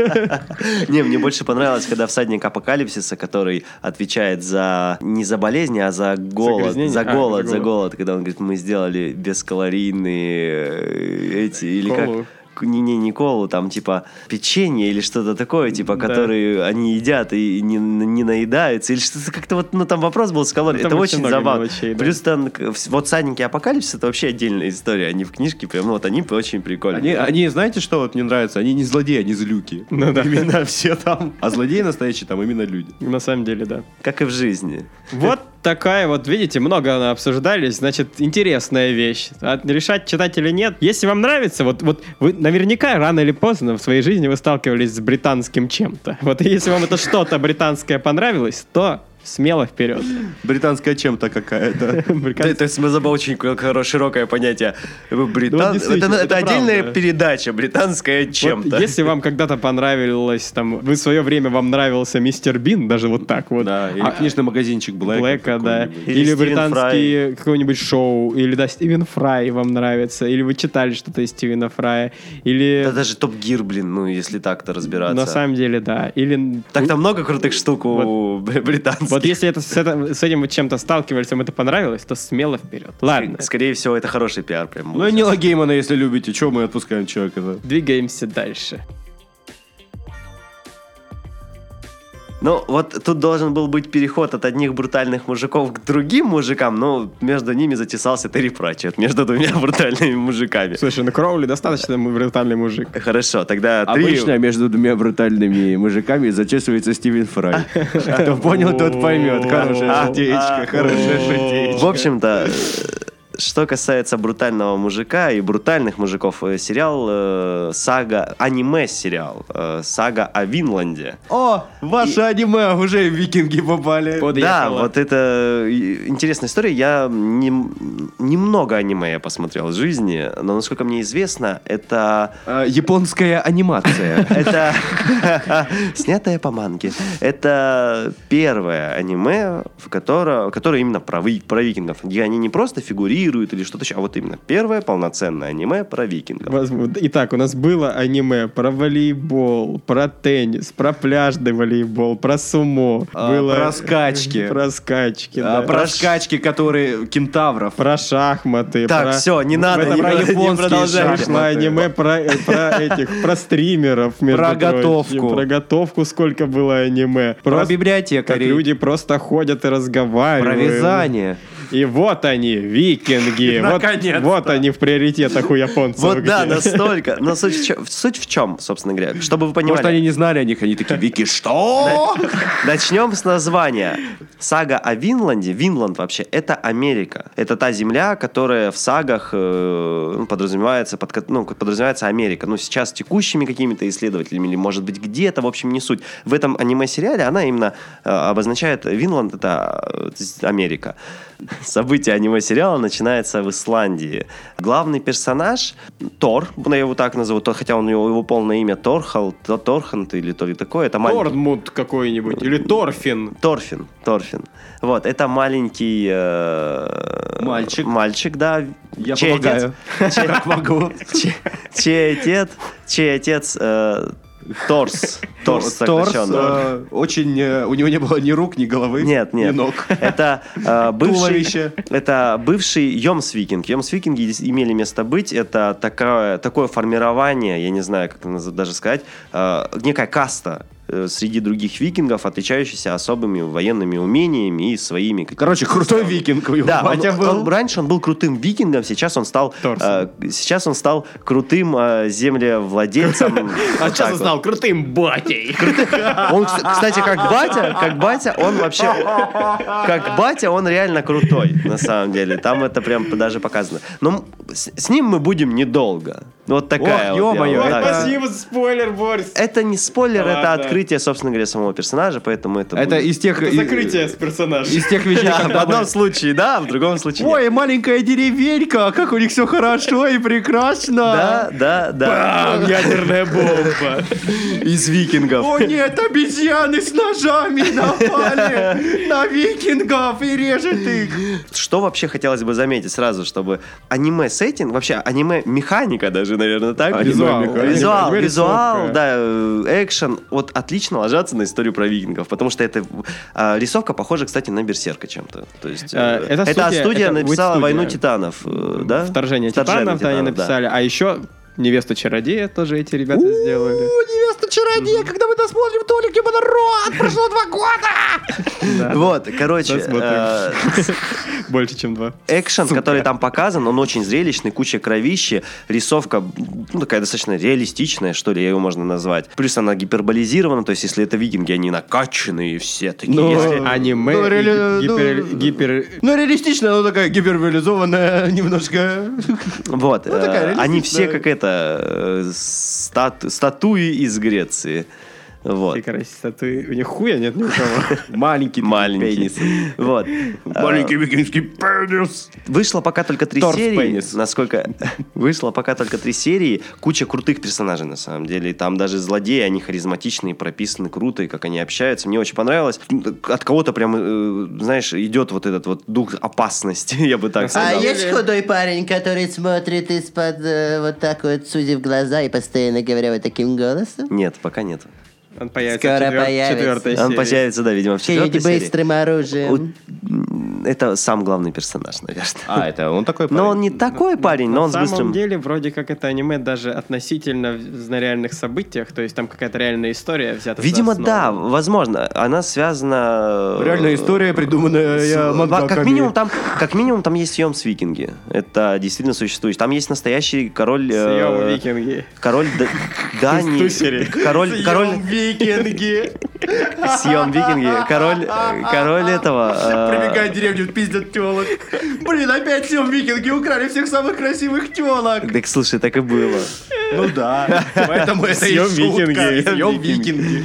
S5: Не, мне больше понравилось, когда всадник апокалипсиса, который отвечает за не за болезни, а за голод,
S2: Загрязнение?
S5: за
S2: А,
S5: голод,
S2: за
S5: за
S2: голод.
S5: голод, когда он говорит, мы сделали бескалорийные э, эти или
S2: Колу.
S5: как не не не колу, там типа печенье или что-то такое, типа,
S2: Да.
S5: которые они едят и не, не наедаются, или что-то как-то вот, ну там вопрос был с калорией,
S2: Там
S5: это
S2: очень
S5: очень
S2: много
S5: забавно.
S2: мелочей, да.
S5: Плюс там к- вс- вот всадники апокалипсиса это вообще отдельная история, они в книжке прям, ну, вот они очень прикольные.
S3: Они, они, знаете, что вот мне нравится? Они не злодеи, они злюки.
S2: Ну да.
S3: Именно все там. А злодеи настоящие там именно люди.
S2: На самом деле, да.
S5: Как и в жизни.
S2: Вот такая вот, видите, много она обсуждались, значит, интересная вещь. А решать, читать или нет. Если вам нравится, вот, вот вы наверняка рано или поздно в своей жизни вы сталкивались с британским чем-то. Вот и если вам это что-то британское понравилось, то смело вперед.
S3: Британская чем-то какая-то.
S5: Да, то есть мы забыл очень ко- хоро- широкое понятие. Британ- это,
S2: Ну, действительно,
S5: это
S2: это
S5: отдельная
S2: правда.
S5: передача, британская
S2: Вот
S5: чем-то.
S2: если вам когда-то понравилось, там, вы в свое время вам нравился мистер Бин, даже вот так вот.
S3: Да, или
S2: А-
S3: книжный магазинчик Блэка.
S2: Блэка, да.
S3: какой-нибудь.
S5: Или
S2: Или,
S5: Стивен
S2: британские какое-нибудь шоу, или да, Стивен Фрай вам нравится, или вы читали что-то из Стивена Фрая, или
S5: Да даже Топ Гир, блин, ну если так-то разбираться.
S2: на самом деле, да, или
S5: Так там много крутых штук у б- британцев.
S2: вот если это с, это- с этим вы чем-то сталкивались, вам это понравилось, то смело вперед. Ладно,
S5: Скорее всего, это хороший пиар прям. был
S3: Ну и
S5: сейчас.
S3: Нила Геймана, если любите. Чего мы отпускаем человека-то?
S2: двигаемся дальше.
S5: Ну, вот тут должен был быть переход от одних брутальных мужиков к другим мужикам, но между ними затесался Терри Пратчетт, между двумя брутальными мужиками.
S2: Слушай, ну Кроули достаточно брутальный мужик.
S5: Хорошо, тогда три...
S4: Обычно между двумя брутальными мужиками зачесывается Стивен Фрай. Кто понял, тот поймет. Хорошая шутеечка, хорошая шутеечка.
S5: В общем-то, э, что касается брутального мужика и брутальных мужиков, э, сериал э, сага, аниме-сериал э, сага о Винланде.
S3: О, ваше аниме уже викинги попали.
S5: Да,
S2: Подъехала.
S5: вот это э, интересная история. Я не- немного аниме я посмотрел в жизни, но, насколько мне известно, это
S3: А, Японская анимация.
S5: Это снятое по манге. Это первое аниме, в котором, которое именно про, ви- про викингов. Где они не просто фигурируют или что-то еще, а вот именно первое полноценное аниме про викингов.
S2: Возможно. Итак, у нас было аниме про волейбол, про теннис, про пляжный волейбол, про сумо.
S3: А,
S2: было...
S3: про скачки.
S2: Про скачки, да.
S3: А, Про скачки, которые кентавров.
S2: Про шахматы.
S5: Так,
S2: про-
S5: всё, не надо,
S2: Это
S5: не
S2: про
S5: про- не
S2: японские
S5: продолжай.
S2: шахматы. аниме про, э, про этих, про стримеров. между
S3: Про
S2: прочим.
S3: готовку.
S2: Про готовку сколько было аниме.
S3: Про
S2: Просто- Как
S3: библиотекарей.
S2: люди просто ходят и
S3: Про
S2: разговаривают.
S3: вязание.
S2: И вот они, викинги. Вот,
S5: Наконец-то.
S2: вот они в приоритетах у японцев.
S5: Вот да,
S2: где.
S5: настолько. Но суть в, чем, суть в чем, собственно говоря, чтобы вы понимали.
S4: Может, они не знали о них, они такие, Вики, что?
S5: Начнем с названия. Сага о Винланде. Винланд вообще это Америка. Это та земля, которая в сагах э, ну, подразумевается, под, ко- ну, подразумевается Америка. Ну, сейчас текущими какими-то исследователями или, может быть, где-то, в общем, не суть. В этом аниме-сериале она именно э, обозначает Винланд это э, Америка. Событие аниме-сериала начинается в Исландии. Главный персонаж Тор, ну, я его так назову, то- хотя он, его, его полное имя Торхал, то Торхант или то ли такое. Это маленький-
S2: Торнмут какой-нибудь или Торфин.
S5: Торфин, Торфин. Вот, это маленький... э,
S3: Мальчик.
S5: Мальчик, да.
S3: Я
S5: чей
S3: помогаю.
S5: Отец, чей, могу. Чей, чей отец, чей отец э, Торс. Торс,
S3: Торс,
S5: сокращенно.
S3: э, очень... э, у него не было ни рук, ни головы,
S5: Нет, нет.
S3: ни ног.
S5: Это э, бывший,
S3: Туловище.
S5: это бывший Йомсвикинг. Йомсвикинги здесь имели место быть. Это такое, такое формирование, я не знаю, как это наз- даже сказать, э, некая каста э, среди других викингов, отличающаяся особыми военными умениями и своими какими-то
S3: Короче, крутой викинг у его
S5: да,
S3: батя
S5: он-
S3: был.
S5: он- раньше он был крутым викингом, сейчас он стал,
S2: Торсом.
S5: э, сейчас он стал крутым э, землевладельцем.
S2: А
S5: Вот так
S2: сейчас
S5: вот.
S2: узнал крутым батей.
S5: Он, кс- кстати, как батя, как батя, он вообще, как батя, он реально крутой, на самом деле. Там это прям даже показано. Но м- с, с ним мы будем недолго. Вот такая.
S3: Ох,
S5: вот я
S3: ё-моё,
S5: вам
S3: это-
S5: так-
S2: Спасибо за спойлер, Борис.
S5: Это не спойлер,
S2: Да
S5: это
S2: ладно.
S5: открытие, собственно говоря, самого персонажа, поэтому это.
S3: Это
S5: будет-
S3: из тех...
S2: Это
S3: и-
S2: закрытие с персонажа.
S3: Из тех вещей,
S5: Да, в
S3: когда мы-
S5: одном случае, да, в другом случае. нет.
S3: Ой, маленькая деревенька, как у них все хорошо и прекрасно.
S5: Да, да, да.
S2: Бам, ядерная бомба.
S5: Из викингов.
S3: О нет, обезьяны с ножами напали на викингов и режет их.
S5: Что вообще хотелось бы заметить сразу, чтобы аниме-сеттинг, вообще аниме-механика даже, наверное, так?
S2: Визуал.
S5: Визуал, визуал,
S2: Аниме-рисовка.
S5: визуал, да, э, экшен, вот отлично ложатся на историю про викингов, потому что это э, рисовка похожа, кстати, на Берсерка чем-то. То есть э,
S2: Э, это
S5: эта
S2: студия-
S5: студия,
S2: это
S5: написала
S2: Wit Studio.
S5: «Войну титанов», э, да?
S2: Вторжение титанов, то они
S5: да.
S2: написали. А еще невеста чародея тоже эти ребята сделали.
S3: Невеста чародея, когда мы досмотрим Толик Ебанарод, прошло два года.
S5: Вот, короче,
S2: Досмотрим.
S5: э,
S2: Больше, чем два.
S5: экшен, который там показан, он очень зрелищный, куча кровищи, рисовка, ну, такая достаточно реалистичная, что ли, ее можно назвать. Плюс она гиперболизирована, то есть, если это викинги, они накачанные и все такие.
S3: Ну,
S5: если-
S2: Если аниме
S3: ну,
S2: и
S3: реали-
S2: гипер-
S3: ну,
S2: гипер-
S3: Ну, реалистично, но такая гиперболизованная немножко.
S5: Вот.
S3: ну, такая
S5: э, они все
S3: реалистичная.
S5: как это, э, стату- статуи из Греции. Вот.
S2: Ты, короче, статуи. У них хуя нет ни у кого.
S3: Маленький
S5: Маленький. Вот. Э,
S3: викинский пенис.
S5: Вышло пока только три
S3: Торс
S5: серии,
S3: пенис.
S5: насколько вышло пока только три серии, куча крутых персонажей на самом деле, и там даже злодеи, они харизматичные, прописаны круто, и как они общаются, мне очень понравилось. От кого-то прям, э, знаешь, идет вот этот вот дух опасности, я бы так
S6: А
S5: сказал.
S6: есть худой парень, который смотрит из-под э, вот так вот, сузив глаза и постоянно говоря вот таким голосом?
S5: Нет, пока нет.
S2: Он появится
S6: Скоро
S2: в четвер-
S6: появится.
S2: четвертой
S5: Он
S2: серии.
S5: появится, да, видимо, в четвертой
S6: Каким-нибудь
S5: серии.
S6: быстрым
S5: У-
S6: оружием.
S5: м, Это сам главный персонаж, наверное.
S3: А, это он такой
S5: Но он не такой парень, но
S2: На
S5: он с
S2: самом
S5: быстрым...
S2: деле, вроде как это аниме даже относительно в- на реальных событиях, то есть там какая-то реальная история взята. за
S5: Видимо,
S2: основу.
S5: да, возможно. Она связана... э,
S3: Реальная история, придуманная
S5: С- Э, ва-
S3: мангаками.
S5: Как минимум, там, как минимум там есть съем с викинги. Это действительно существует. Там есть настоящий король... э,
S2: Съёмы викинги.
S5: Король Д-
S2: Тусери.
S5: Дании. Король... Король...
S3: викинги.
S5: Съем викинги. Король... э, Король этого... э,
S3: Прибегает в деревню, пиздят телок. Блин, опять всем викинги украли всех самых красивых телок.
S5: Так слушай, так и было.
S3: Ну да, поэтому это и
S2: Съем
S3: шутка.
S2: викинги.
S3: Съем викинги.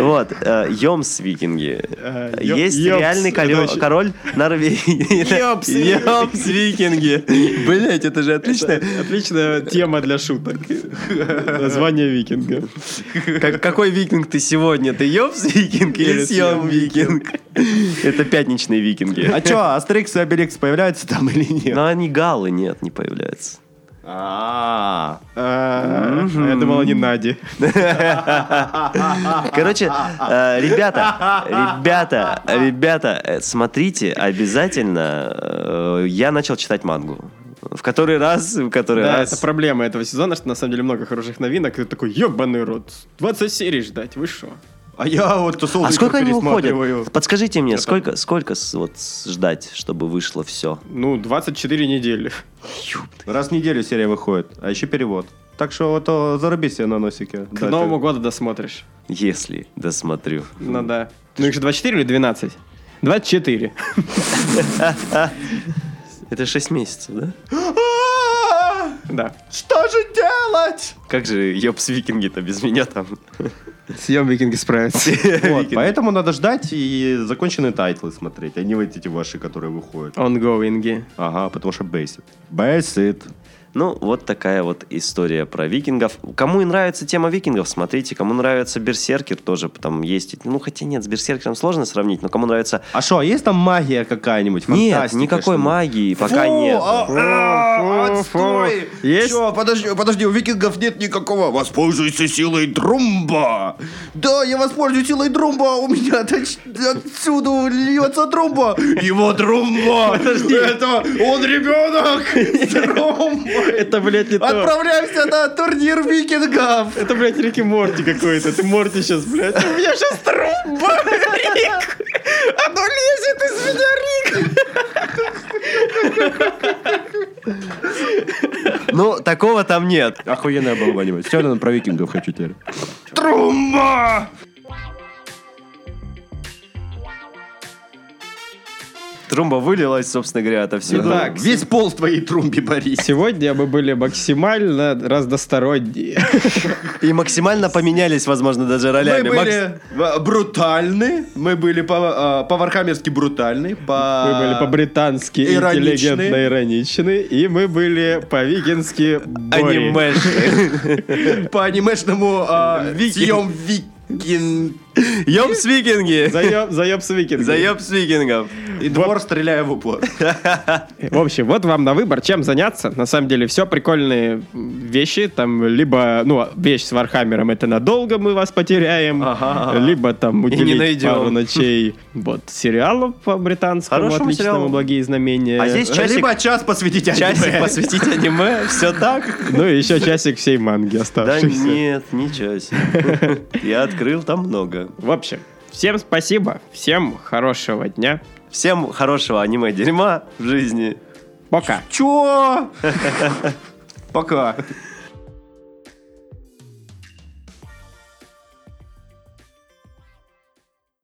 S5: Вот, э, Йомс викинги.
S2: Э, ё-
S5: Есть
S2: ёпс,
S5: реальный
S2: это
S5: корё-
S2: очень-
S5: король Норвегии.
S2: Ёпс.
S5: Йомс викинги. Блять, это же отлично.
S2: Отличная тема для шуток. Название викинга.
S5: Как- Какой викинг ты сегодня? Ты ёпс викинг или
S2: Или съём
S5: съем викинг? Это пятничные викинги.
S3: А чё, Астерикс и Обеликс появляются там или нет?
S5: Но они галы, нет, не появляются.
S3: А,
S2: А, Я думал, они Нади.
S5: Короче, э, ребята, ребята, ребята, э, смотрите обязательно. э, Я начал читать мангу. В который раз, в который
S2: Да,
S5: раз.
S2: это проблема этого сезона, что на самом деле много хороших новинок. И ты такой, ебаный рот, 20 серий ждать, вы шо?
S3: А я вот тусовку
S5: А сколько они
S3: пересматриваю.
S5: уходят? Подскажите мне, сколько, сколько с- вот с- ждать, чтобы вышло все?
S2: Ну, 24 недели.
S3: Раз в неделю серия выходит, а еще перевод. Так что вот о, заруби себе на носике.
S2: К
S3: Да,
S2: Новому году досмотришь.
S5: Если досмотрю.
S2: Ну да. Ну их же 24 или 12? 24.
S5: Это 6 месяцев, да?
S2: Да.
S3: Что же делать?
S5: Как же ёпс викинги-то без меня там?
S2: Съем викинги справятся.
S3: Вот, поэтому надо ждать и законченные тайтлы смотреть, а не вот эти ваши, которые выходят.
S2: Онгоинги.
S3: Ага, потому что бейсит. Бейсит.
S5: Ну, вот такая вот история про викингов. Кому и нравится тема викингов, смотрите. Кому нравится Берсеркер, тоже там есть. Ну, хотя нет, с Берсеркером сложно сравнить, но кому нравится...
S3: А что, есть там магия какая-нибудь?
S5: Нет,
S3: Фантастика,
S5: никакой
S3: что-нибудь?
S5: магии пока
S3: Фу,
S5: нет.
S3: а, а,
S2: фу,
S3: Отстой!
S2: фу. Есть?
S3: Чё, подожди, подожди, у викингов нет никакого. Воспользуйся силой Друмба. Да, я воспользуюсь силой Друмба. У меня оточ- отсюда льется Друмба. Его Друмба. Подожди. Это он ребенок. Друмба.
S2: Это, блядь, не то.
S3: Отправляемся на турнир викингов.
S2: Это, блядь, Рики Морти какой-то. Ты Морти сейчас, блядь. У меня сейчас труба, Рик. Оно лезет из меня, Рик.
S5: Ну, такого там нет.
S4: Охуенная была бы аниме. Все равно про викингов хочу теперь.
S5: Трумба вылилась, собственно говоря, отовсюду.
S2: Ну, Так,
S3: Весь пол в твоей трумбе, Борис.
S2: сегодня мы были максимально разносторонние.
S5: И максимально поменялись, возможно, даже
S3: Мы
S5: ролями. Макс-
S3: были э, брутальны, мы были по, э, по-вархаммерски брутальны, по...
S2: Мы были по-британски
S3: Ироничны.
S2: интеллигентно ироничны, и мы были по-викински бори.
S5: Анимешные.
S3: по анимешному э, съем викинг.
S5: Ёпс викинги!
S2: Заеб, заебс викинги.
S5: За ёпс викингов!
S3: И двор стреляя в упор.
S2: В общем, вот вам на выбор, чем заняться. На самом деле, все прикольные вещи. Там либо, ну, вещь с Вархаммером, это надолго мы вас потеряем. Либо там уделить
S5: не найдем.
S2: пару ночей вот сериалу по британскому
S5: Хорошему
S2: отличному
S5: сериалу.
S2: «Благие знамения».
S5: А здесь часик,
S3: Либо час посвятить аниме.
S5: часик посвятить аниме, все так?
S2: Ну и еще часик всей манги
S5: Да
S2: оставшийся.
S5: нет, не часик. Я открыл там много.
S2: В общем, всем спасибо, всем хорошего дня.
S5: Всем хорошего аниме-дерьма в жизни.
S2: Пока.
S3: Чё? Пока.